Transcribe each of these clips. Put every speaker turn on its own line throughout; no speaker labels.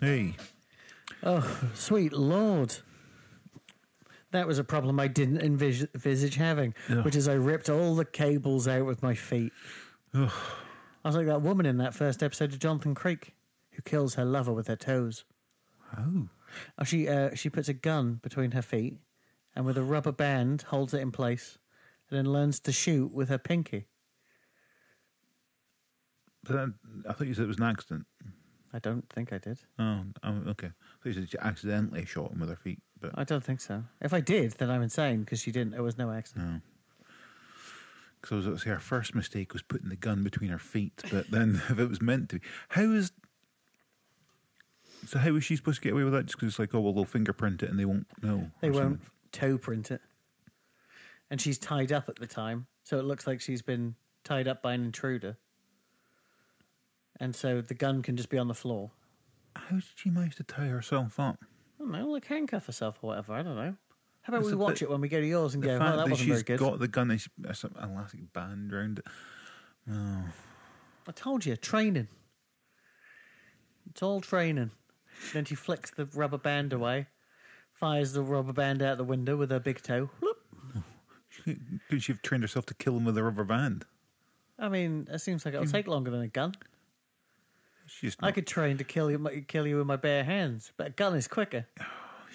Hey,
Oh, sweet lord. That was a problem I didn't envis- envisage having,
Yeah.
which is I ripped all the cables out with my feet. I was like that woman in that first episode of Jonathan Creek who kills her lover with her toes.
oh,
Oh, she, uh, she puts a gun between her feet and with a rubber band holds it in place and then learns to shoot with her pinky.
but that, I thought you said it was an accident.
I don't think I did.
Oh, oh, okay. I thought you said she accidentally shot him with her feet, but
I don't think so. If I did, then I'm insane because she didn't. It was no accident.
because I was going to say her first mistake was putting the gun between her feet, but then if it was meant to be, how is so? How is she supposed to get away with that? Just because it's like, oh well, they'll fingerprint it and they won't know.
They
or something.
won't toe print it. And she's tied up at the time, so it looks like she's been tied up by an intruder. And so the gun can just be on the floor.
How did she manage to tie herself up?
I don't know, like handcuff herself or whatever. I don't know. How about
It's
we
a
watch
bit-
it when we go to yours and
The
go,
fact
oh, that
that
wasn't
she's
very good.
got the gun and she, uh, some elastic band around it.
I told you, training. It's all training. Then she flicks the rubber band away, fires the rubber band out the window with her big toe. Whoop.
She, could she have trained herself to kill him with a rubber band?
I mean, it seems like it'll take longer than a gun.
She's just
I
not,
could train to kill you, kill you with my bare hands, but a gun is quicker.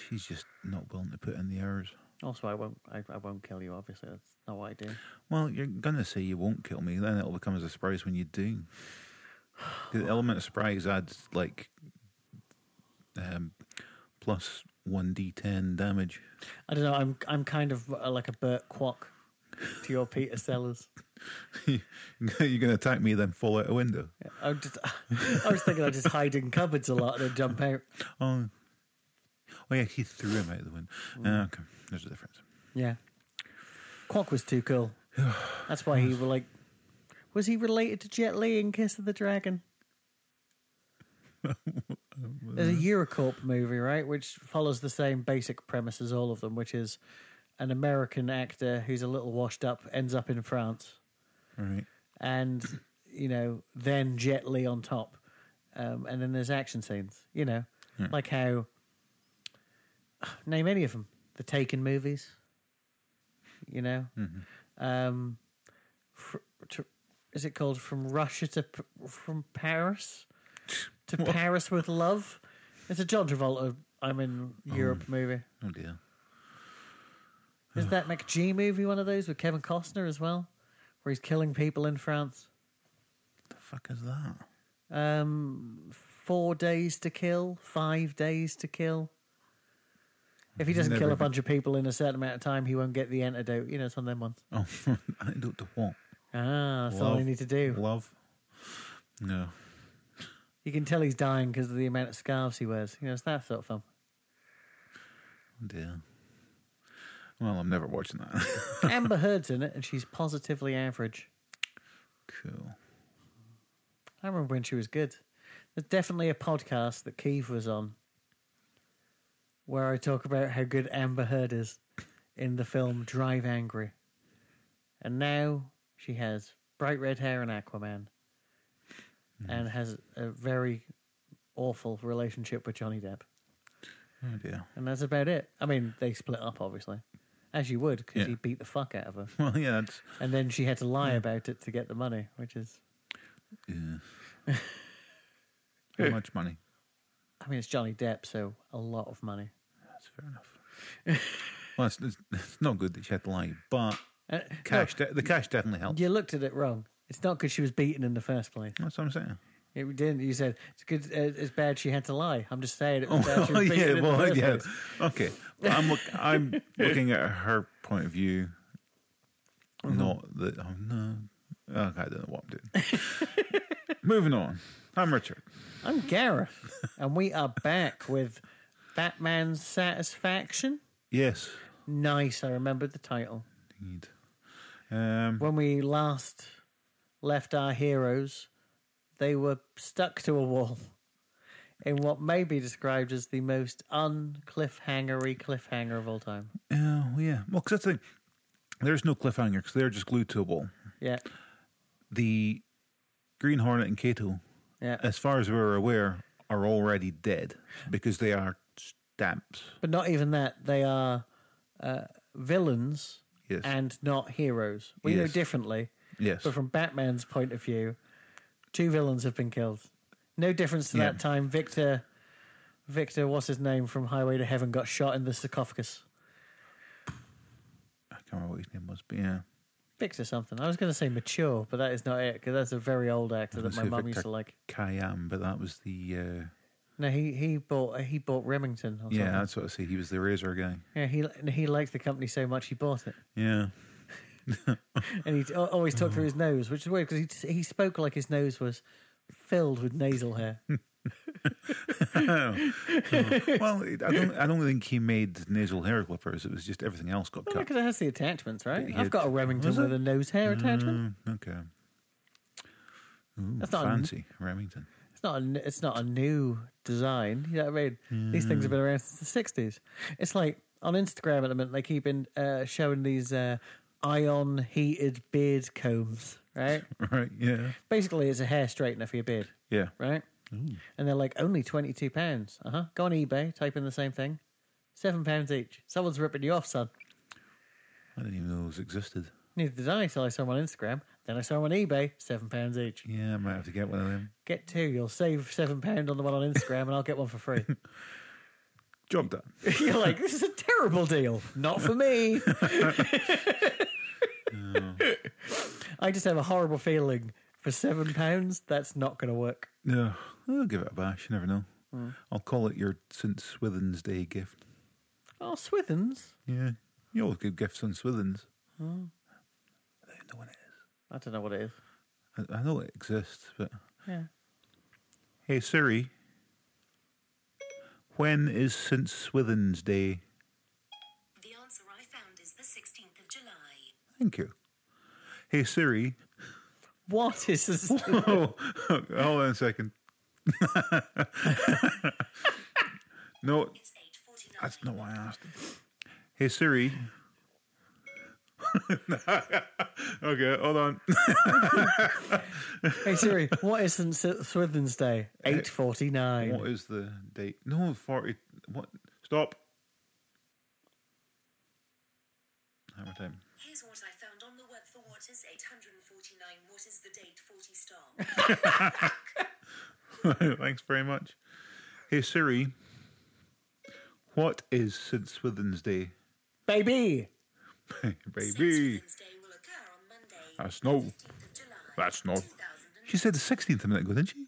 she's just not willing to put in the hours.
Also, I won't, I, I won't kill you. Obviously, that's not what I do.
Well, you're gonna say you won't kill me, then it'll become as a surprise when you do. The element of surprise adds like um, plus one d10 damage.
I don't know. I'm, I'm kind of uh, like a Bert Quack to your Peter Sellers.
you're gonna attack me, then fall out a window.
I'm just, I was thinking I just hide in cupboards a lot and then jump out.
Oh, oh yeah, he threw him out the window.
Mm.
Ah, okay, there's a difference.
Yeah, Quack was too cool. That's why he were like, was he related to Jet Li in Kiss of the Dragon? There's a Eurocorp movie, right, which follows the same basic premise as all of them, which is an American actor who's a little washed up ends up in France,
All right.
and you know, then Jet Li on top, um, and then there's action scenes, you know, like how name any of them, the Taken movies, you know, um, fr- to, is it called from Russia to P- from Paris to Paris with love? It's a John Travolta. I'm in Europe movie.
Oh dear.
Is that McG movie one of those with Kevin Costner as well, where he's killing people in France?
The fuck is that?
Um, four days to kill, five days to kill. If he doesn't
Never
kill a
been-
bunch of people in a certain amount of time, he won't get the antidote. You know, it's one of them ones.
Oh, I don't know what.
Ah, that's all
Love-
they need to do.
Love. No.
You can tell he's dying because of the amount of scarves he wears. You know, it's that sort of film.
Oh dear. Well, I'm never watching that.
Amber Heard's in it, and she's positively average.
cool.
I remember when she was good. There's definitely a podcast that Keith was on where I talk about how good Amber Heard is in the film Drive Angry. And now she has bright red hair and Aquaman and has a very awful relationship with Johnny Depp.
Oh dear.
And that's about it. I mean, they split up, obviously, as you would, because
Yeah.
he beat the fuck out of her.
Well, yeah, that's
And then she had to lie about it to get the money, which is,
yeah. how much money.
I mean, it's Johnny Depp, so a lot of money.
That's fair enough. well, it's, it's, it's not good that she had to lie, but
Uh, no,
cash, de- the cash definitely helped.
You looked at it wrong. It's not because she was beaten in the first place.
That's what I'm saying.
It didn't. You said it's good. Uh, it's bad she had to lie. I'm just saying it was bad she
Oh
was beaten
yeah,
in the
well,
first
yeah.
place.
Okay, but I'm look, I'm looking at her point of view,
Uh-huh.
not that. Oh no, okay, I don't know what I'm doing. Moving on. I'm Richard.
I'm Gareth, and we are back with Batman's Satisfaction.
Yes,
Nice. I remembered the title
indeed. Um,
when we last left our heroes. They were stuck to a wall in what may be described as the most un-cliffhangery cliffhanger of all time.
yeah, well, Oh, yeah. Well, because that's the thing. There's no cliffhanger because they're just glued to a wall.
Yeah,
The Green Hornet and Kato,
yeah.
as far as we were aware, are already dead because they are stamps.
But not even that. They are uh, villains
Yes.
and not heroes. We know
Yes.
differently.
Yes.
But from Batman's point of view, two villains have been killed. No difference to
Yeah.
that time. Victor, Victor, what's his name from Highway to Heaven, got shot in the sarcophagus.
I can't remember what his name was, but yeah.
Victor something. I was going to say mature, but that is not it because that's a very old actor
gonna
that my
say
mum
Victor
used to like.
Khayyam, but that was the. Uh,
No, he he bought he bought Remington. Or
yeah,
something.
that's what I see. He was the razor guy.
yeah. He and he liked the company so much he bought it,
Yeah.
and he t- al- always talked
Mm.
through his nose, which is weird because he he spoke like his nose was filled with nasal hair.
well, it- I don't. I don't think he made nasal hair clippers. It was just everything else got cut.
Because it has the attachments, right?
He
I've
had-
got a Remington
was it?
with a nose hair attachment.
Mm, okay. Ooh,
That's not a-
fancy Remington.
It's not a, n- it's not a new design. You know what I mean? These things have been around since the sixties. It's like on Instagram at the minute they keep in, uh, showing these uh, ion heated beard combs. Right?
Right. Yeah.
Basically, it's a hair straightener for your beard.
Yeah.
Right? And they're like only twenty two pounds. Uh huh. Go on eBay, type in the same thing. Seven pounds each. Someone's ripping you off, son.
I didn't even know those existed.
Neither did I till I saw them on Instagram. Then I saw them on eBay, seven pounds each.
Yeah, I might have to get one of them.
Get two, you'll save seven pounds on the one on Instagram, and I'll get one for free.
Job done.
You're like, this is a terrible deal. Not for me. I just have a horrible feeling for seven pounds, that's not going to work.
No, I'll give it a bash. You never know. I'll call it your St. Swithin's Day gift.
Oh, Swithins?
Yeah, you always give gifts on Swithin's. I don't know what it
I don't know what it is.
is. I, I know it exists, but
Yeah.
hey Siri, when is St. Swithin's Day?
The answer I found is the 16th of July.
Thank you. Hey Siri.
What is this?
oh, hold on a second. no,
It's 8:49.
that's not why I asked. Hey Siri. okay, hold on.
hey, Siri, what is St. Swithins Day?
Uh, What
8.49.
is the date? No, forty. What? Stop. Hammer time.
Here's what I found on the web for what is 849. What is the date 40 star?
Thanks very much. Hey Siri, what is St. Swithin's Day,
Baby!
baby?
Saint Swithin's Day will occur on Monday,
That's no.
15th of July.
Uh, That's not-
2000
She said the sixteenth a minute ago, didn't she?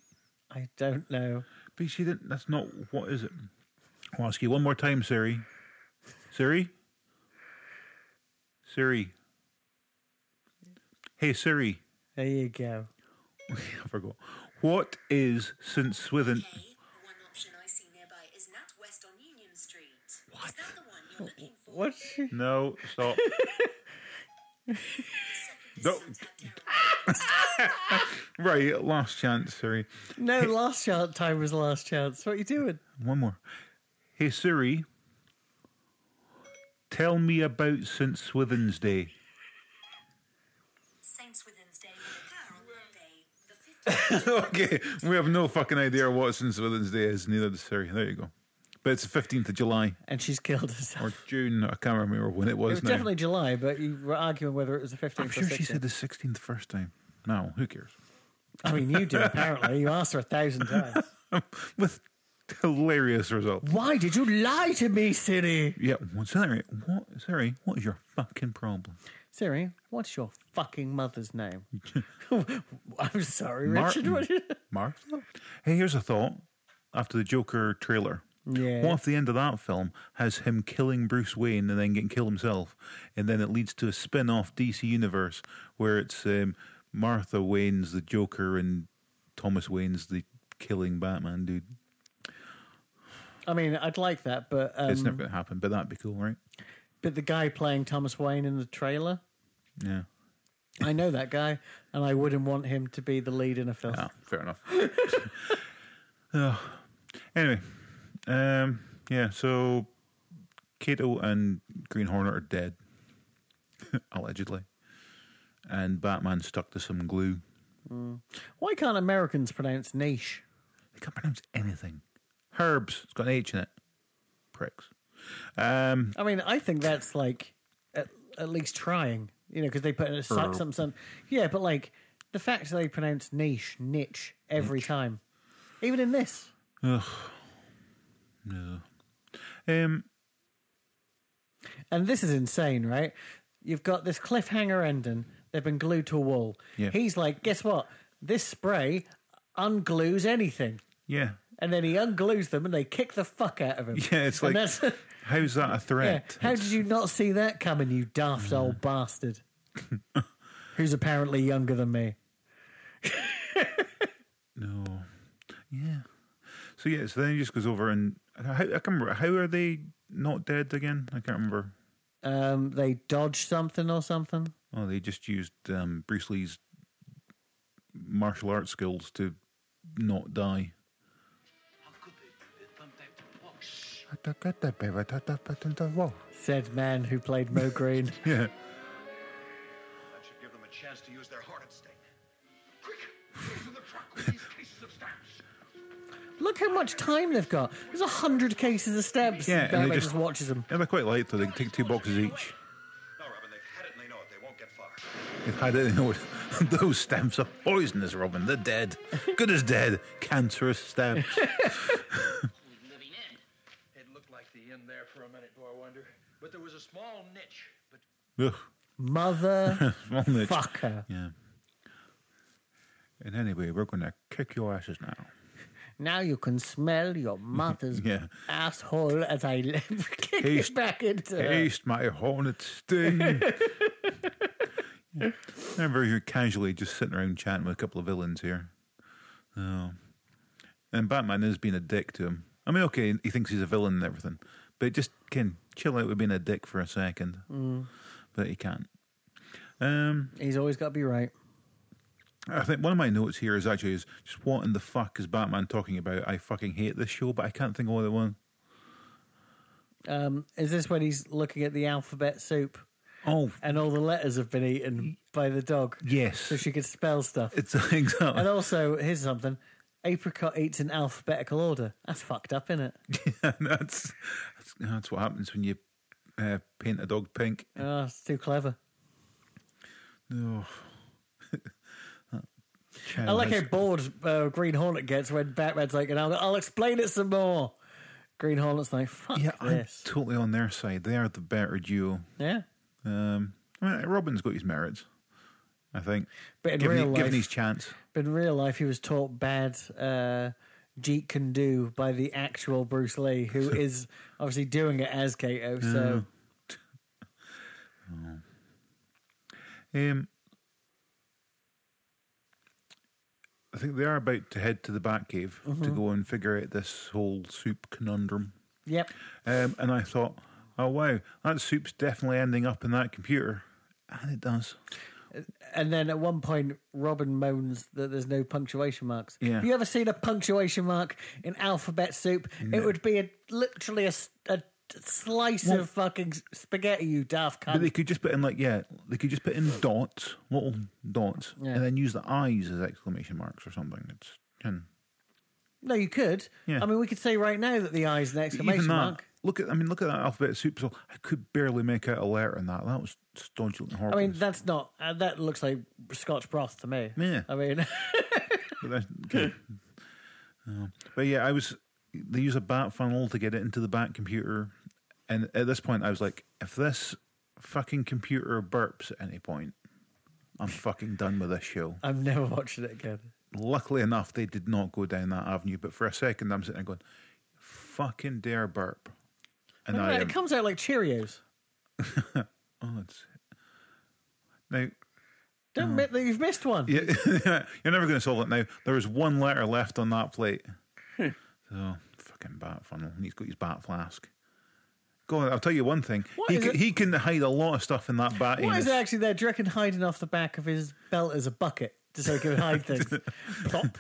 I don't know.
But she didn't. That's not. What is it? I'll ask you one more time, Siri. Siri. Siri. Hey Siri.
There you go.
I forgot. What is St. Swithin?
Okay, one option I see nearby is Nat West on Union Street. Is that the one you're looking for?
What?
No, stop. Don't- right, last chance, Siri.
No, last chance time was last chance. What are you doing?
One more. Hey, Siri, tell me about St. Swithin's Day.
Saint Swithin's Day will occur on Monday, the 15th.
okay, we have no fucking idea what St. Swithin's Day is, neither does Siri. There you go. But it's the 15th of July
And she's killed herself.
or June. I can't remember when it was,
It was
now.
definitely July, but you were arguing whether it was the 15th
I'm sure
or 16th.
she said the 16th first time. No, who cares?
I mean, you did, apparently. You asked her a thousand times.
With hilarious results.
Why did you lie to me, Siri?
Yeah, well, Siri, what, Siri, what is your fucking problem?
Siri, what's your fucking mother's name? I'm sorry,
Martin.
Richard.
Martha? Hey, here's a thought after the Joker trailer.
Yeah.
What if the end of that film has him killing Bruce Wayne and then getting killed himself? And then it leads to a spin off DC universe where it's um, Martha Wayne's the Joker and Thomas Wayne's the killing Batman dude.
I mean, I'd like that, but
It's
um,
never going to happen, but that'd be cool, right?
but the guy playing Thomas Wayne in the trailer,
Yeah.
I know that guy, and I wouldn't want him to be the lead in a film.
Ah, fair enough. Oh. Anyway, um, yeah, so Kato and Green Hornet are dead, allegedly. And Batman's stuck to some glue.
Why can't Americans pronounce niche?
They can't pronounce anything. Herbs. It's got an H in it. Pricks. Um,
I mean, I think that's like at, at least trying, you know, because they put in a
Herb.
some, some some. Yeah, but like the fact that they pronounce niche niche every time, even in this.
no. Um,
And this is insane, right? You've got this cliffhanger ending. They've been glued to a wall.
Yeah.
He's like, guess what? This spray unglues anything.
yeah.
And then he unglues them and they kick the fuck out of him.
Yeah, it's
And
like,
that's-
how's that a
yeah,
threat?
how did you not see that coming, you daft old bastard? Who's apparently younger than me.
No. Yeah. So yeah, so then he just goes over and how, I can't remember how are they not dead again? I can't remember.
Um, they dodged something or something.
Oh, they just used um, Bruce Lee's martial arts skills to not die.
Said man who played Mo Green.
Yeah.
That should give them a chance to use their heart at stake. Quick! Into the truck with these cases of stamps!
Look how much time they've got. There's a hundred cases of stamps.
Yeah, and they
Batman
just-
just watches them.
And they're quite light though. They can take two boxes each.
No, Robin, they've had it and they know it. They won't get far.
They've had it. They know it. Those stamps are poisonous, Robin. They're dead. Good as dead. Cancerous stamps.
living end.
It looked like the end there for a minute, do I wonder? But there was a small niche. But
Ugh.
Mother
Wrong niche.
fucker.
Yeah. And anyway, we're going to kick your asses now.
Now you can smell your mother's
Yeah.
asshole as I kick
Taste-
it back into her.
Taste my hornet sting. Yeah. Remember, you're casually just sitting around chatting with a couple of villains here. Oh. And Batman is being a dick to him. I mean, okay, he thinks he's a villain and everything, but just can chill out with being a dick for a second. But he can't. Um,
He's always got to be right.
I think one of my notes here is actually is just what in the fuck is Batman talking about? I fucking hate this show, but I can't think of what it was.
Um, is this when he's looking at the alphabet soup
Oh,
and all the letters have been eaten by the dog?
yes.
So she could spell stuff.
It's exactly.
And also, here's something. Apricot eats in alphabetical order. That's fucked up, isn't it?
that's, that's that's what happens when you uh, paint a dog pink.
Oh, it's too clever.
Oh.
I like how bored uh, Green Hornet gets when Batman's like, and I'll, I'll explain it some more. Green Hornet's like, fuck
Yeah, I'm
this.
totally on their side. They are the better duo.
yeah.
Um, I mean, Robin's got his merits, I think.
But in
given,
real
given
life-
his chance,
But in real life, he was taught bad uh, Jeet can do by the actual Bruce Lee, who is obviously doing it as Kato. So
um, I think they are about to head to the Batcave
Mm-hmm.
to go and figure out this whole soup conundrum.
yep,
Um, and I thought, oh wow, that soup's definitely ending up in that computer, and it does.
and then at one point, Robin moans that there's no punctuation marks.
Yeah.
Have you ever seen a punctuation mark in alphabet soup? It would be a, literally a, s- a slice
Well-
of fucking spaghetti, you daft cunt.
But they could just put in like yeah, they could just put in dots, little dots,
Yeah.
and then use the eyes as exclamation marks or something. It's and
No, you could.
Yeah.
I mean, we could say right now that the eyes an exclamation
even that.
mark.
Look at I mean look at that alphabet soup. So I could barely make out a letter in that. That was stodgy and
I
horrible.
mean, that's not. Uh, that looks like Scotch broth to me.
Yeah.
I mean,
But that's- okay. Um, but yeah, I was. They use a bat funnel to get it into the bat computer, and at this point, I was like, if this fucking computer burps at any point, I'm fucking done with this show.
I'm never watching it again.
Luckily enough, they did not go down that avenue. But for a second, I'm sitting there going, "Fucking dare burp!" And
Look at
I
that,
am,
It comes out like Cheerios.
oh, it's, now
Don't admit that you've missed one.
Yeah, you're never going to solve it now. There was one letter left on that plate.
Hmm.
so fucking bat funnel. And he's got his bat flask. Go on, I'll tell you one thing.
What
He
is
can,
it-
he can hide a lot of stuff in that bat.
What is
anus.
it actually there? Do you reckon hiding off the back of his belt is a bucket just so he can hide things? plop,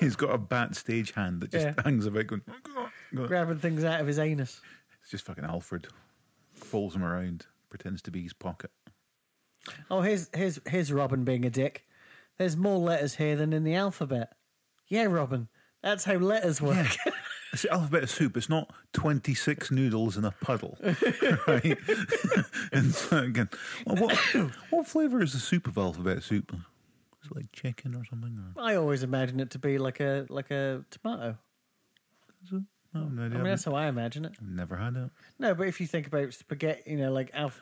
He's got a bat stage hand that just
Yeah.
hangs about going. "Oh, God, God."
grabbing things out of his anus.
It's just fucking Alfred. Folds him around, pretends to be his pocket.
Oh, here's here's here's Robin being a dick. There's more letters here than in the alphabet. Yeah, Robin. That's how letters work.
Yeah. It's the alphabet of soup. It's not 26 noodles in a puddle. right? and so again, well, what, what flavour is the soup of alphabet soup? Is it like chicken or something? Or,
I always imagine it to be like a like a tomato.
I have no idea.
I mean,
I've
that's how I imagine it.
never had it.
No, but if you think about spaghetti, you know, like alf-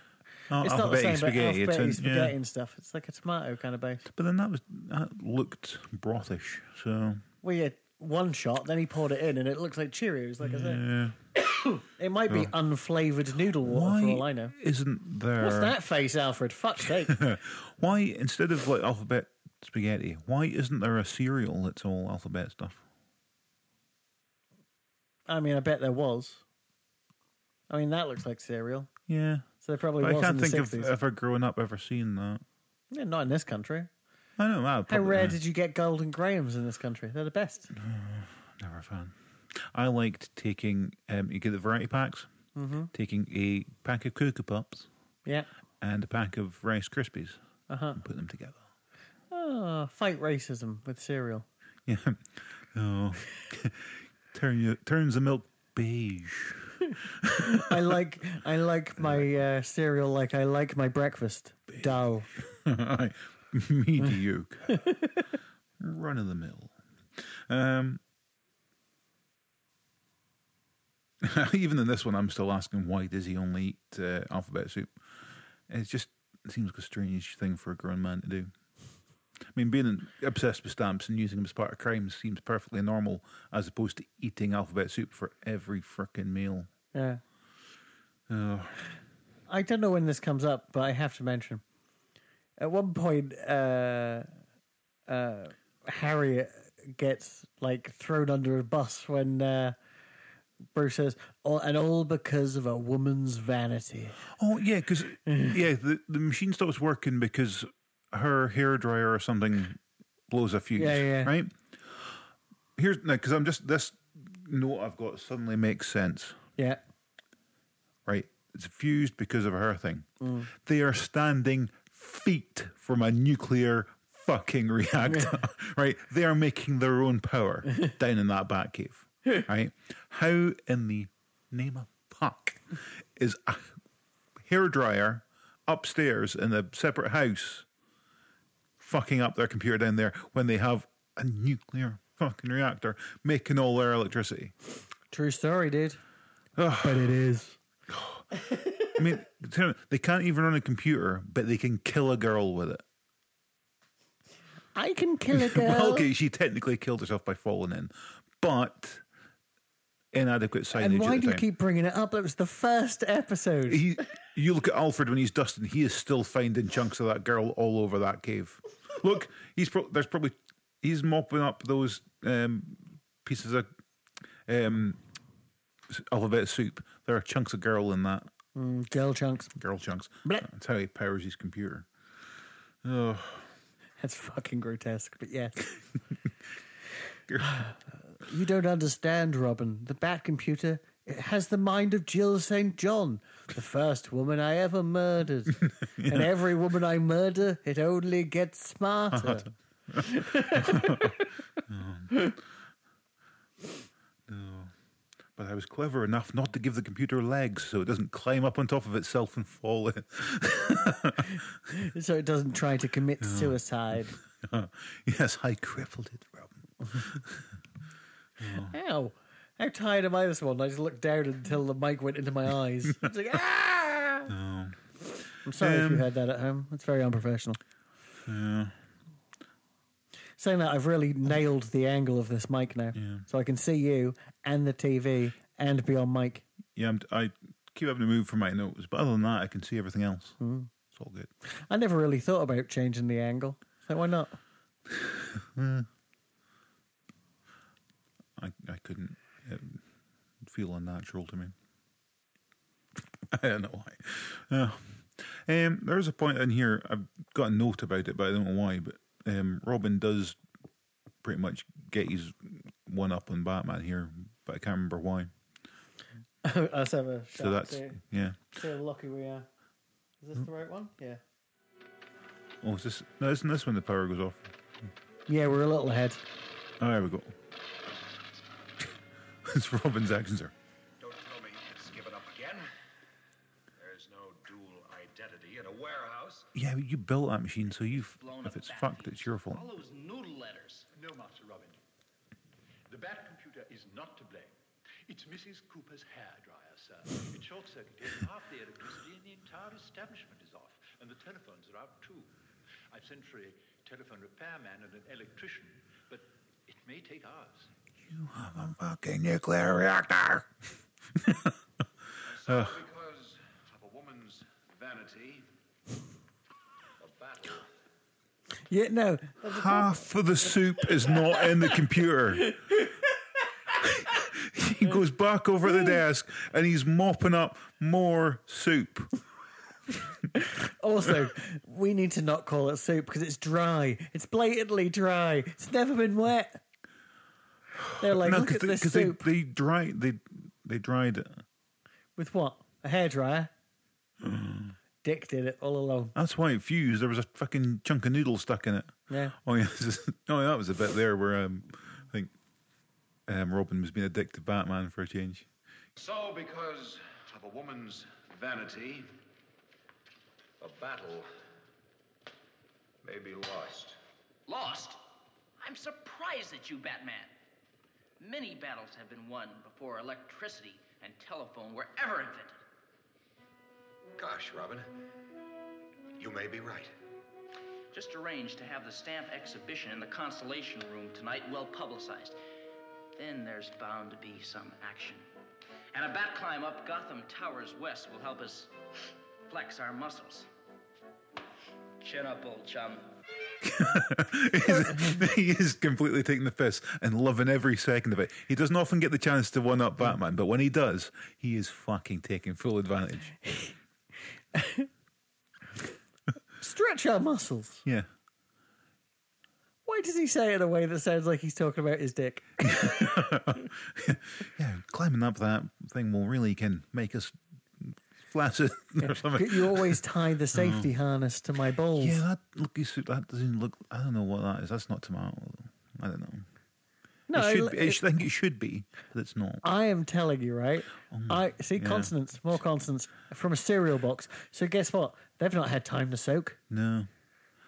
Oh,
it's not the same,
alphabetic spaghetti. It's
but alphabet
in-
spaghetti
yeah.
and stuff. It's like a tomato kind of base.
But then that was that looked brothish. So
Well, yeah, one shot, then he poured it in, and it looks like Cheerios. Like I said, it might be unflavored noodle water for all I know.
why isn't there?
What's that face, Alfred? Fuck's sake!
Why instead of like alphabet spaghetti, why isn't there a cereal that's all alphabet stuff?
I mean, I bet there was. I mean, that looks like cereal,
Yeah,
so there probably
but I
was in
can't
the
think of uh,
sixties.
ever growing up ever seeing that.
Yeah, not in this country.
I know that.
How
probably-
rare did you get Golden Grahams in this country? They're the best.
Never a fan. I liked taking. Um, you get the variety packs.
Mm-hmm.
Taking a pack of Cocoa Pups
Yeah.
and a pack of Rice Krispies
Uh-huh.
and put them together.
Oh, fight racism with cereal.
Yeah. Oh. Turn you, turns the milk beige.
I like I like my uh, cereal like I like my breakfast dull.
Mediocre. Run of the mill. Um, even in this one, I'm still asking why does he only eat uh, alphabet soup? It's just it seems like a strange thing for a grown man to do. I mean, being obsessed with stamps and using them as part of crimes seems perfectly normal, as opposed to eating alphabet soup for every frickin' meal.
Yeah.
Oh,
I don't know when this comes up, but I have to mention. At one point, uh, uh, Harriet gets like thrown under a bus when uh, Bruce says, "Oh, and all because of a woman's vanity."
Oh yeah, because
Mm.
yeah, the, the machine stops working because her hairdryer or something blows a fuse.
Yeah, yeah.
Right. Here's now because I'm just this note I've got suddenly makes sense.
Yeah.
Right, it's fused because of her thing. They are standing feet from a nuclear fucking reactor. right, they are making their own power down in that bat cave. Right, how in the name of fuck is a hairdryer upstairs in a separate house fucking up their computer down there when they have a nuclear fucking reactor making all their electricity?
True story, dude. But it is.
I mean, tell me, they can't even run a computer, but they can kill a girl with it.
I can kill a girl.
Well, okay, she technically killed herself by falling in, but inadequate signage.
and why
at the
do you
time.
keep bringing it up? It was the first episode.
He, you look at Alfred when he's dusting; he is still finding chunks of that girl all over that cave. Look, he's pro- there's probably he's mopping up those um, pieces of um, s- alphabet soup. There are chunks of girl in that
Mm, girl chunks.
girl chunks.
Blech.
That's how he powers his computer.
That's fucking grotesque, but yes. you don't understand, Robin. The Bat Computer it has the mind of Jill St. John, the first woman I ever murdered. And every woman I murder, it only gets smarter.
But I was clever enough not to give the computer legs so it doesn't climb up on top of itself and fall in.
so it doesn't try to commit suicide.
yes, I crippled it, Robin.
Ow. How tired am I this one? I just looked down until the mic went into my eyes. It's like, ah! I'm sorry if you
Um,
heard that at home. It's very unprofessional. Saying that, I've really nailed the angle of this mic now. So I can see you and the TV and be on mic.
Yeah, I'm, I keep having to move for my notes, but other than that, I can see everything else. It's all good.
I never really thought about changing the angle. So why not?
I, I couldn't it would feel unnatural to me. I don't know why. Uh, um, there's a point in here. I've got a note about it, but I don't know why. But um, Robin does pretty much get his one up on Batman here, but I can't remember why.
Let's have a shot.
So that's Hmm?
see,
yeah.
see how lucky we are. Is this the right one? Yeah.
Oh, is this? No, isn't this when the power goes off?
Yeah, we're a little ahead.
Oh, there we go. It's Robin's actions are.
Don't tell me it's given up again. There's no dual identity in a warehouse.
Yeah, but you built that machine, so you've.
Blown
If
up
it's
bat
fucked,
leaves.
it's your fault.
All those noodle letters.
No, Master Robin. The bad computer is not to blame. It's Mrs. Cooper's hairdryer, sir. It short circuited half the electricity and the entire establishment is off, and the telephones are out too. I've sent for a telephone repairman and an electrician, but it may take hours.
You have a fucking nuclear reactor!
So because of a woman's vanity, a battle.
Yeah, no.
Half of the soup is not in the computer. he goes back over the desk and he's mopping up more soup.
Also, we need to not call it soup because it's dry. It's blatantly dry. It's never been wet. They're like, look at
they,
this
they,
soup.
they dried they they dried it.
With what? A hairdryer?
Hmm.
Dick did it all along.
That's why it fused. There was a fucking chunk of noodle stuck in it.
Yeah.
Oh yeah, this is- oh yeah, that was a bit there where um, I think um, Robin was being a dick to Batman for a change.
So, because of a woman's vanity, a battle may be lost.
Lost? I'm surprised at you, Batman. Many battles have been won before electricity and telephone were ever invented.
Gosh, Robin, you may be right.
Just arranged to have the stamp exhibition in the Constellation Room tonight well publicized. Then there's bound to be some action. And a bat climb up Gotham Towers West will help us flex our muscles. Chin up, old chum.
he is completely taking the piss and loving every second of it. He doesn't often get the chance to one up Batman, but when he does, he is fucking taking full advantage.
Stretch our muscles.
Yeah.
Why does he say it in a way that sounds like he's talking about his dick?
Yeah, climbing up that thing will really can make us flaccid or something.
You always tie the safety harness to my balls.
Mm. Yeah, that looky soup, that doesn't look, I don't know what that is. That's not tomato. I don't know.
no,
it should be,
it-
it, Uh, should- I think it should be, but it's not.
I am telling you, right? I see
Mm. yeah.
consonants, more consonants from a cereal box. So guess what? They've not had time to soak.
No.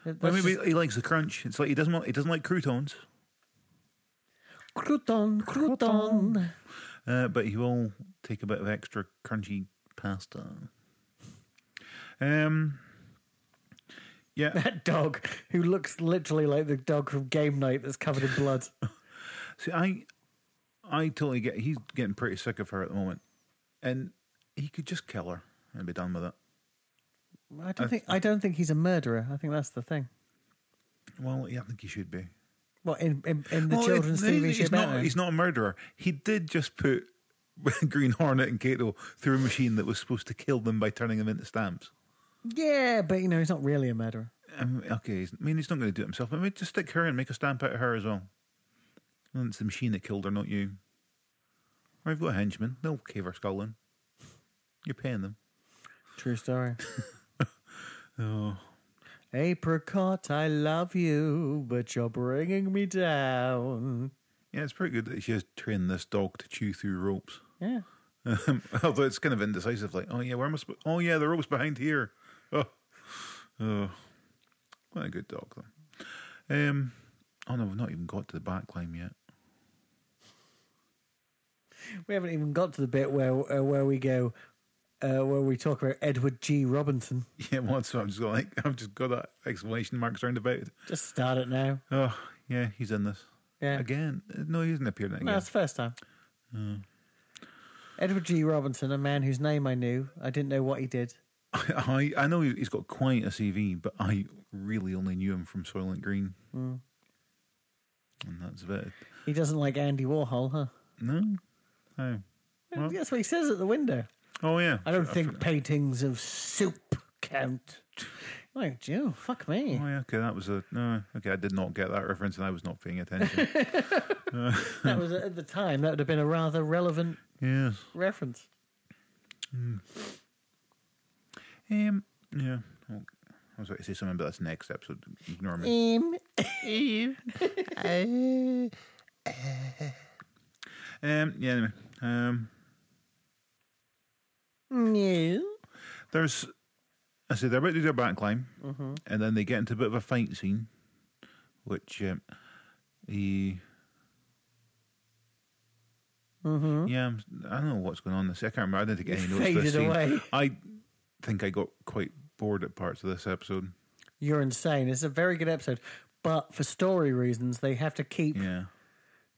That's
Well, maybe
just-
he likes the crunch. It's like he doesn't want, he doesn't like croutons,
crouton, crouton.
uh, but he will take a bit of extra crunchy pasta. Um. Yeah.
That dog who looks literally like the dog from Game Night that's covered in blood.
See, I, I totally get. He's getting pretty sick of her at the moment, and he could just kill her and be done with it.
I don't think I don't think he's a murderer. I think that's the thing.
Well, yeah, I think he should be.
Well, in in, in the
Well,
children's
it-
TV show,
he's not.
Batman.
He's not a murderer. He did just put Green Hornet and Kato through a machine that was supposed to kill them by turning them into stamps.
yeah, but you know he's not really a murderer.
Um, okay, he's, I mean, he's not going to do it himself. But maybe just stick her and make a stamp out of her as well. And it's the machine that killed her, not you. Or I've got a henchman. They'll cave her skull in. You're paying them.
True story.
Oh.
Apricot, I love you, but you're bringing me down.
Yeah, it's pretty good that she has trained this dog to chew through ropes.
Yeah.
Um, although it's kind of indecisive, like, oh yeah, where am I? Sp- oh yeah, the rope's behind here. Oh, oh, what a good dog though. Um, oh no, we've not even got to the back climb yet.
We haven't even got to the bit where uh, where we go, uh, where we talk about Edward G. Robinson.
Yeah, once I'm just got like I've just got that exclamation marks round about it.
Just start it now.
Oh yeah, he's in this
Yeah,
again. Hmm. No, he hasn't appeared in it
no,
again.
it's the first time. Edward G. Robinson, a man whose name I knew, I didn't know what he did.
I, I know he's got quite a CV, but I really only knew him from Soylent Green,
Mm.
and that's about it.
He doesn't like Andy Warhol, huh?
No, oh, Well-
That's what he says at the window.
oh yeah.
I don't think paintings of soup count. Like, Joe, fuck me.
Oh, yeah, okay, that was a no. Okay, I did not get that reference, and I was not paying attention.
That was at the time. That would have been a rather relevant
yes.
reference.
Um. Yeah. Oh, I was about to say something, but that's next episode. Ignore me.
Um,
um. Um, yeah, anyway. Um,
No.
there's, I said they're about to do their back climb,
Mm-hmm.
and then they get into a bit of a fight scene, which um, he. Yeah, I'm, I don't know what's going on. This I can't remember. I didn't take any notes. for This
Mm-hmm. Faded
scene.
away.
I think I got quite bored at parts of this episode.
You're insane. It's a very good episode. But for story reasons, they have to keep
Yeah,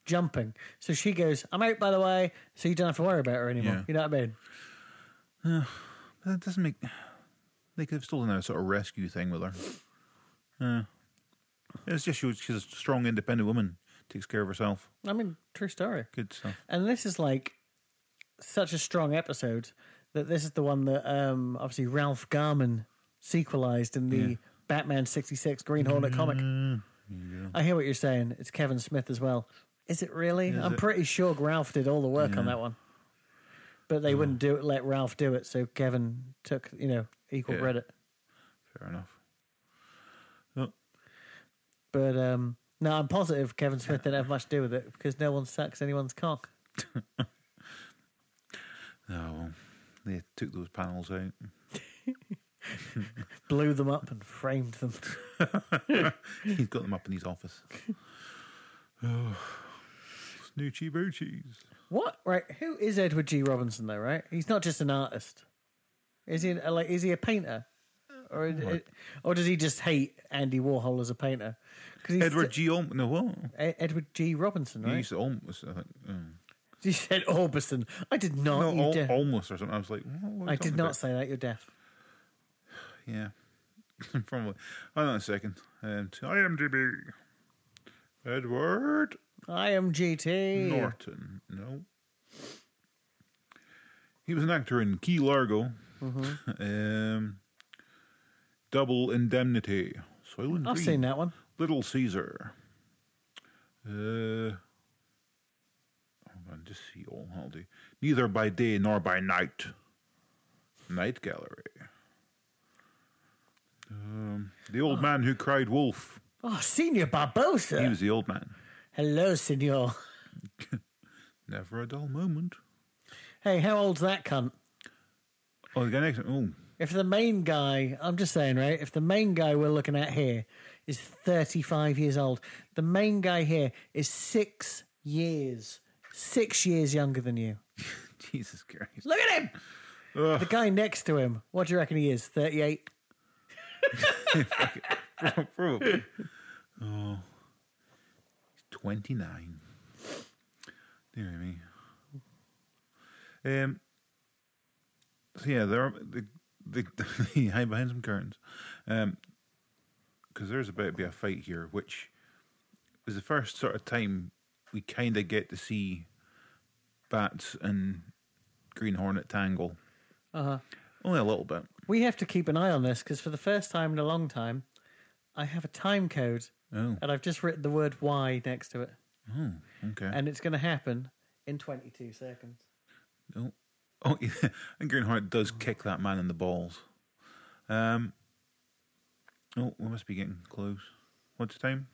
jumping. So she goes, I'm out, by the way, so you don't have to worry about her anymore.
Yeah.
You know what I mean?
but that doesn't make. They could have still done a sort of rescue thing with her. Yeah, it's just she was, she's a strong, independent woman. Takes care of herself.
I mean, true story.
Good stuff.
And this is like such a strong episode that this is the one that um, obviously Ralph Garman sequelized in the Batman 66 Green Hornet
Mm-hmm.
comic. I hear what you're saying. It's Kevin Smith as well. Is it really? I'm
it-
pretty sure Ralph did all the work on that one. But they wouldn't do it, let Ralph do it, so Kevin took, you know, equal
Yeah.
credit.
Fair enough. Oh,
But um, no, I'm positive Kevin Smith didn't have much to do with it because no one sucks anyone's cock.
no, well, they took those panels out.
Blew them up and framed them.
He's got them up in his office. Oh, Snoochie boochies.
What? Right? Who is Edward G. Robinson though? Right? He's not just an artist. Is he uh, like? Is he a painter? Or is it- or does he just hate Andy Warhol as a painter? 'Cause he's-
Edward G. Olm. No, what?
E- Edward G. Robinson,
He
right?
used to almost. I think. mm.
You said Orbison. I did not.
No,
Oh, you
al-
de-
almost or something. I was like, what, what are you
I did
talking
not
about?
say that. You're deaf.
Yeah. Probably. Hold on a second. Um, to IMDb. Edward
I am GT.
Norton. No. He was an actor in Key Largo. um, Double Indemnity. Silent
I've
Green.
seen that one.
Little Caesar. Uh, hold on, just see all how do. Neither by day nor by night. Night Gallery. Um, the old man who cried wolf.
Oh, Senior Barbosa.
He was the old man.
Hello, Senor.
Never a dull moment.
Hey, how old's that cunt?
Oh, the guy next. Oh,
If the main guy, I'm just saying, right? If the main guy we're looking at here is 35 years old, the main guy here is six years, six years younger than you.
Jesus Christ.
Look at him!
Ugh.
The guy next to him, what do you reckon he is? 38?
Probably. Oh, he's 29. Dear me. Um, so, yeah, there are the, the, the hide behind some curtains. Um 'cause because there's about to be a fight here, which is the first sort of time we kind of get to see Bats and Green Hornet tangle. Uh huh. Only a little bit.
We have to keep an eye on this because for the first time in a long time, I have a time code
Oh,
and I've just written the word Y next to it.
okay.
And it's going to happen in 22 seconds.
Oh, oh yeah. and Greenheart does kick that man in the balls. Um, oh, we must be getting close. What's the time?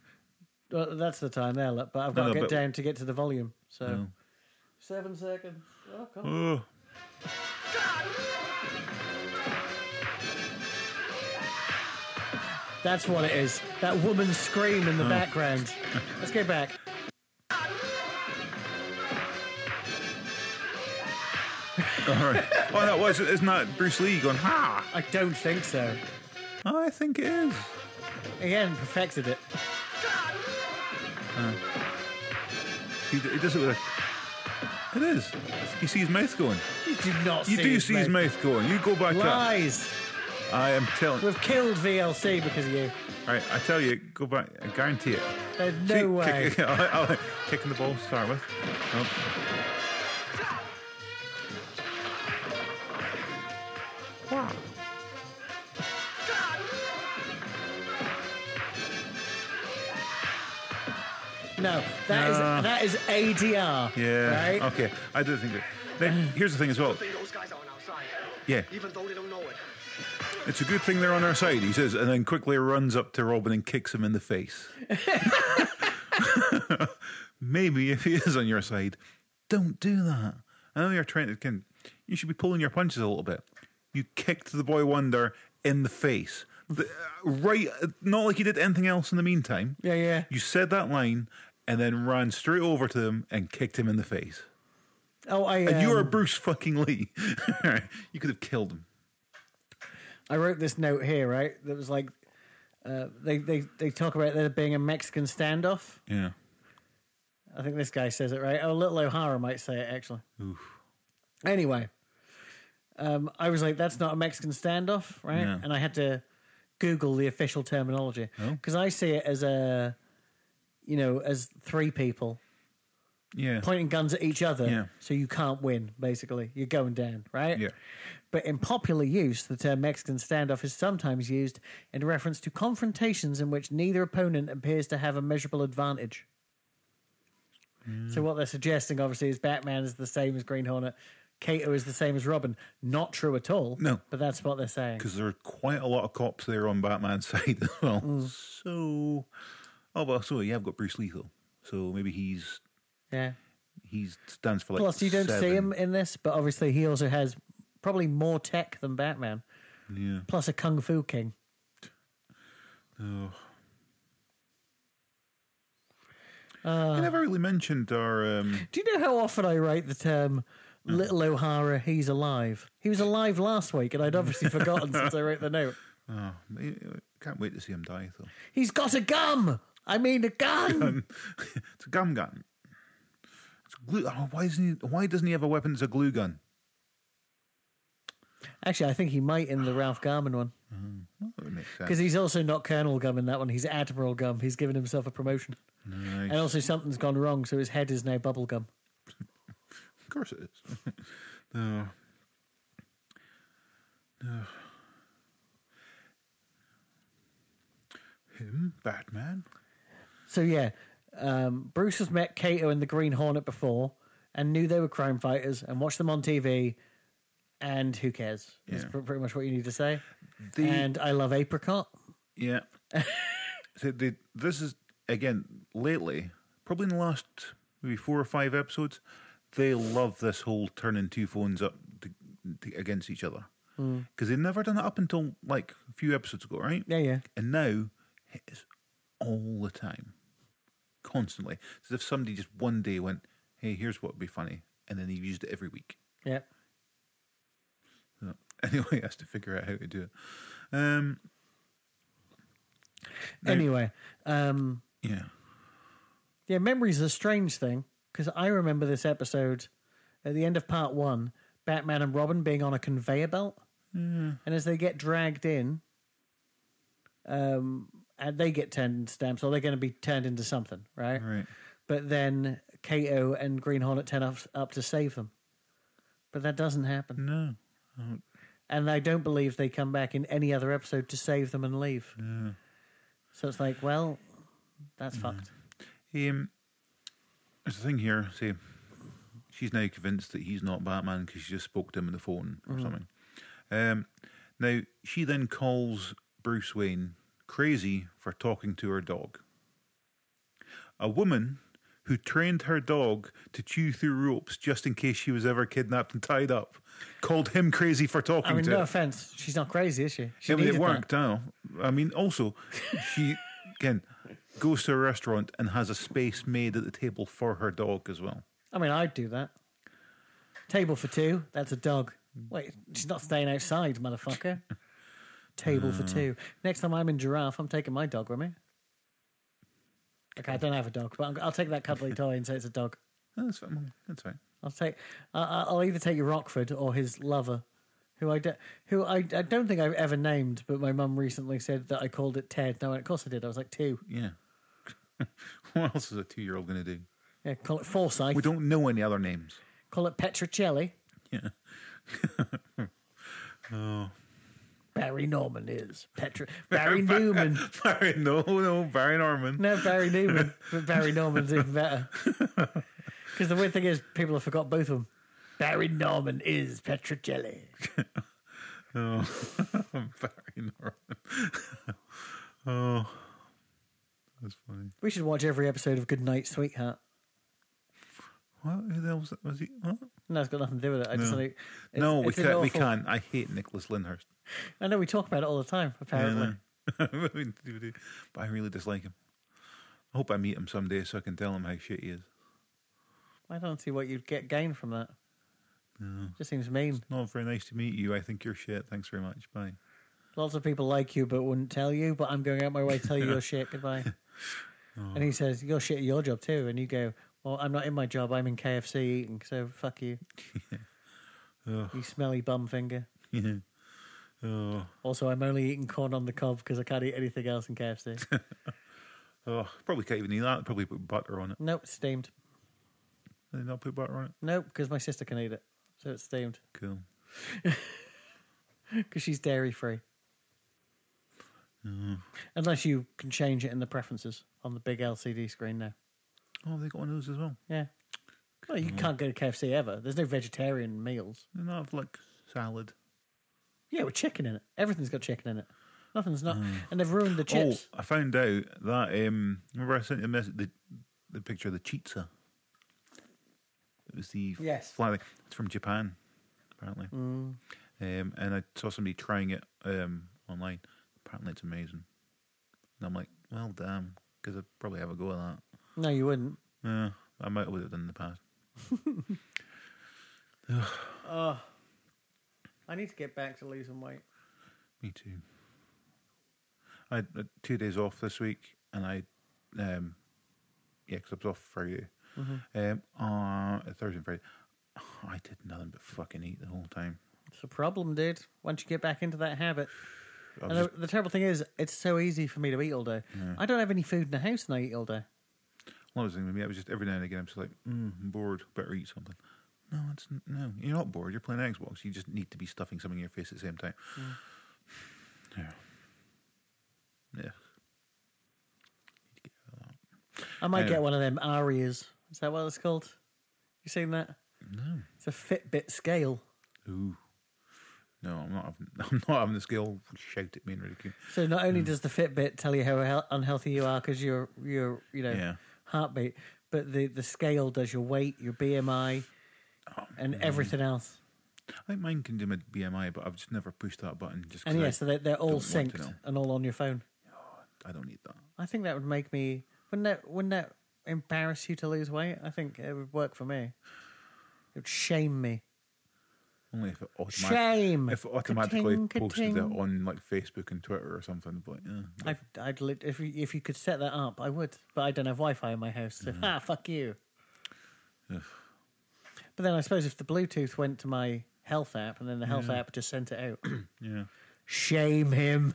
Well, that's the time there, look, but I've
No,
got
no,
to get
but-
down to get to the volume. So
No.
seven seconds. Oh, come on.
Oh,
That's what it is. That woman's scream
Oh.
in the background. Let's go back.
all right. oh no, was isn't that Bruce Lee going? Ha! Oh,
I don't think so.
I think it is.
Again, perfected it.
He, d- he does it with a. It is. You see his mouth going.
You do not.
You
see
do
his
see his
mouth.
mouth going. You go back up.
Lies.
I am telling.
We've killed VLC because of you.
All right, I tell you, go back. I guarantee it.
There's no
See,
way.
Kick, I'll- I'll- kicking the ball to start with. Oh, Nope. Wow.
No, that is
No.
that is ADR.
Uh. Yeah. Oh.
Right.
Okay. I do think that. Now, here's the thing as well.
Those guys aren't outside,
Yeah,
even though they don't know it.
it's a good thing they're on our side, he says, and then quickly runs up to Robin and kicks him in the face. Maybe if he is on your side, Don't do that. I know you're trying to. Can, you should be pulling your punches a little bit. You kicked the boy wonder in the face. The- uh, right, not like he did anything else in the meantime.
Yeah, yeah.
You said that line and then ran straight over to him and kicked him in the face.
Oh, I.
And you
um,
are Bruce fucking Lee. you could have killed him.
I wrote this note here, right? That was like, uh, they, they, they talk about there being a Mexican standoff.
Yeah.
I think this guy says it right. Oh, little O'Hara might say it actually.
Oof.
Anyway, um, I was like, that's not a Mexican standoff, right?
No.
And I had to Google the official terminology
Oh.
because I see it as a, you know, as three people
Yeah.
pointing guns at each other,
Yeah.
so you can't win. Basically, you're going down, right?
Yeah.
But in popular use, the term Mexican standoff is sometimes used in reference to confrontations in which neither opponent appears to have a measurable advantage.
Mm.
So what they're suggesting, obviously, is Batman is the same as Green Hornet, Cato is the same as Robin. Not true at all.
No.
but that's what they're saying.
Because there are quite a lot of cops there on Batman's side as well.
Mm.
So, oh well. So yeah, I've got Bruce Lethal. So maybe he's
Yeah.
he stands for like.
Plus, you don't
seven.
see him in this, but obviously, he also has probably more tech than Batman.
Yeah.
Plus, a kung fu king.
Oh.
Uh.
you never really mentioned our. Um,
Do you know how often I write the term "Little O'Hara"? He's alive. He was alive last week, and I'd obviously forgotten since I wrote the note.
oh, I can't wait to see him die though.
He's got a gum. I mean, a gun.
It's a gum gun. It's a glue. Oh, why isn't he? Why doesn't he have a weapon that's a glue gun?
Actually, I think he might in the Ralph Garman one
That would make sense.
because he's also not Colonel Gum in that one. He's Admiral Gum. He's given himself a promotion,
Nice.
and also something's gone wrong, so his head is now bubble gum.
Of course it is. no. No. Him, Batman.
So yeah, um, Bruce has met Kato and the Green Hornet before, and knew they were crime fighters, and watched them on TV. And who cares? That's
Yeah.
pr- pretty much what you need to say.
The
and I love apricot.
yeah. so the this is again lately, probably in the last maybe four or five episodes, they love this whole turning two phones up to, to, against each other because they've never done it up until like a few episodes ago, right?
Yeah, yeah.
And now it's all the time, constantly. It's as if somebody just one day went, "Hey, here's what would be funny," and then they've used it every week.
Yeah.
So anyway, has to figure out how to do it. Um, Now-
Anyway, um,
yeah,
yeah, memory's a strange thing because I remember this episode at the end of part one Batman and Robin being on a conveyor belt.
Hmm.
And as they get dragged in, um, and they get turned into stamps or they're going to be turned into something, right?
right.
But then Kato and Green Hornet turn up, up to save them. But that doesn't happen.
No,
And I don't believe they come back in any other episode to save them and leave. So it's like, well, that's fucked.
um, there's a thing here. Say, she's now convinced that he's not Batman because she just spoke to him on the phone or
Mm-hmm.
something. Um, now she then calls Bruce Wayne crazy for talking to her dog. A woman who trained her dog to chew through ropes just in case she was ever kidnapped and tied up called him crazy for talking
I mean,
to
no
her.
offense. She's not crazy, is she? she
Yeah, but it
needed that.
worked out. I mean, also, she again goes to a restaurant and has a space made at the table for her dog as well.
I mean, I'd do that. Table for two. That's a dog.
Mm.
Wait, she's not staying outside, motherfucker. Table
Uh.
for two. Next time I'm in giraffe, I'm taking my dog with me. Okay, I don't have a dog, but I'm- I'll take that cuddly toy and say it's a dog.
That's fine. That's fine.
I'll take. I- I- I'll either take Rockford or his lover, who I do, who I, I don't think I've ever named, but my mum recently said that I called it Ted. No, of course I did. I was like two.
Yeah. what else is a two-year-old going to do?
Yeah, call it Forsyth.
We don't know any other names.
Call it Petricelli.
Yeah. Oh.
Barry Norman is Petra. Barry Newman.
Barry, no, no, Barry Norman.
No, Barry Newman, but Barry Norman's even better. Because the weird thing is, people have forgot both of them. Barry Norman is Petricelli.
Barry Norman. oh, that's funny.
We should watch every episode of Good Night, Sweetheart.
What? Who the hell was that? Was he? What?
No, it's got nothing to do with it. I just
No.
think it's,
no, we
it's an
can't. We
awful-
can't. I hate Nicholas Lyndhurst.
I know we talk about it all the time. Apparently,
I know. We do, we do. but I really dislike him. I hope I meet him someday so I can tell him how shit he is.
I don't see what you'd get gain from that. Just seems mean.
Not very nice to meet you. I think you're shit. Thanks very much. Bye.
Lots of people like you but wouldn't tell you. But I'm going out my way to tell you your shit. Goodbye.
Oh.
And he says you're shit at your job too. And you go, well, I'm not in my job. I'm in KFC eating. So fuck you. you smelly bum finger.
Oh,
Also, I'm only eating corn on the cob because I can't eat anything else in KFC.
oh, probably can't even eat that. Probably put butter on it.
nope, steamed.
Did they not put butter on it?
Nope, because my sister can eat it, so it's steamed
Cool.
because she's dairy free. Unless you can change it in the preferences on the big LCD screen now.
Oh, they got one of those as well.
Yeah. Well, you can't go to KFC ever. There's no vegetarian meals.
They not have like salad.
Yeah, with chicken in it. Everything's got chicken in it. Nothing's not. And they've ruined the chips.
Oh, I found out that um, remember I sent you a message, the the picture of the chitsa. It was the
Yes. Mm.
fly thing. It's from Japan, apparently. Um, and I saw somebody trying it um, online. Apparently, it's amazing. And I'm like, well, damn, because I'd probably have a go at that.
No, you wouldn't.
Yeah, I might would have done in the past.
I need to get back to losing weight.
Me too. I had uh, two days off this week, and I, um, yeah, 'cause I was off Friday, um, uh, Thursday and Friday. I did nothing but fucking eat the whole time.
It's a problem, dude. Once you get back into that habit.
I
And
was
the, the terrible thing is, it's so easy for me to eat all day. I don't have any food in the house and I eat all day.
One of the things with me, I was just every now and again, I'm just like, mm, I'm bored, better eat something. No, it's n- no, you're not bored. You're playing Xbox. You just need to be stuffing something in your face at the same time. Yeah, yeah.
I might
Anyway.
get one of them Arias. Is that what it's called? You seen that? No. It's a Fitbit scale.
Ooh. No, I'm not. Having, I'm not having the skill. Shout at me and ridicule.
So not
Hmm.
only does the Fitbit tell you how hel- unhealthy you are because your your you know
Yeah.
heartbeat, but the the scale does your weight, your BMI,
Oh,
and everything else.
I think mine can do my BMI, but I've just never pushed that button. Just 'cause
And
I,
yeah, so they're, they're all
don't want to
synced
know.
and all on your phone.
I don't need that.
I think that would make me wouldn't that wouldn't that embarrass you to lose weight? I think it would work for me. It would shame me.
Only if it, automa-
Shame.
if it automatically
Ka-ting,
posted it
ka-ting.
on like Facebook and Twitter or something. But yeah,
I'd, I'd lit if you, if you could set that up, I would. But I don't have Wi-Fi in my house, so ah, fuck you. But then I suppose if the Bluetooth went to my health app and then the health app just sent it out,
yeah.
shame him.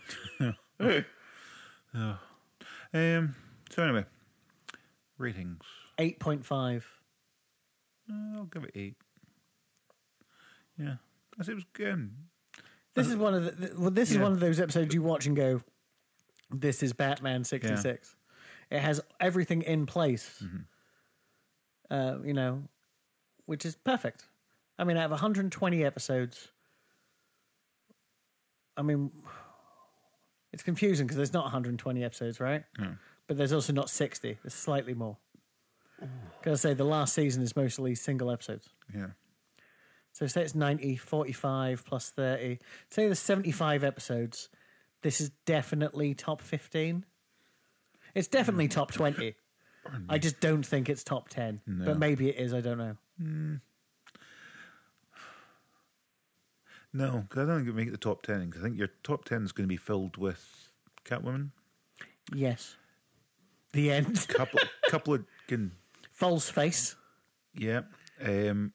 Um. So anyway, ratings.
Eight point five.
Uh, I'll give it eight. Yeah, I said it was good.
This is one of the, th- well, this is
Yeah.
one of those episodes you watch and go, "This is Batman '66." It has everything in place, uh, you know, which is perfect. I mean, out of 120 episodes, I mean, it's confusing because there's not 120 episodes, right? But there's also not 60. There's slightly more. Because I say the last season is mostly single episodes.
Yeah.
So say it's 90, 45 plus 30. Say there's 75 episodes. This is definitely top 15. It's
Mm.
definitely top 20. I just don't think it's top 10. But maybe it is, I don't know.
No, because I don't think it make the top ten. Because I think your top ten is going to be filled with Catwoman,
Yes. The end.
couple, couple of can
False face.
Yeah. Um,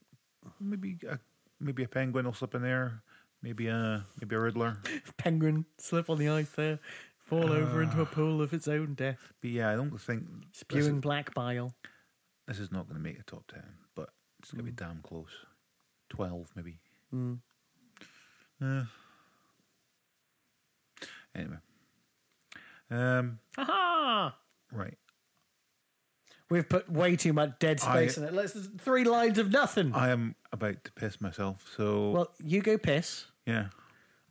maybe a, maybe a penguin will slip in there. Maybe a maybe a riddler.
Penguin slip on the ice there. Fall over
Ah.
into a pool of its own death.
But yeah, I don't think this,
Spewing black bile.
this is not going to make a top ten, but it's going to
Mm.
be damn close. Twelve maybe. Uh, anyway. Um.
Aha!
Right.
We've put way too much dead space
I-
in it. Let's three lines of nothing.
I am about to piss myself. So
Mm. well, you go piss.
yeah,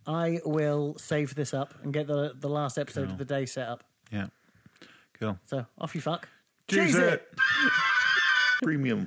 I will save this up and get the the last episode
Cool.
of the day set up.
yeah. Cool.
So off you fuck.
Cheese
Cheese
it. Premium.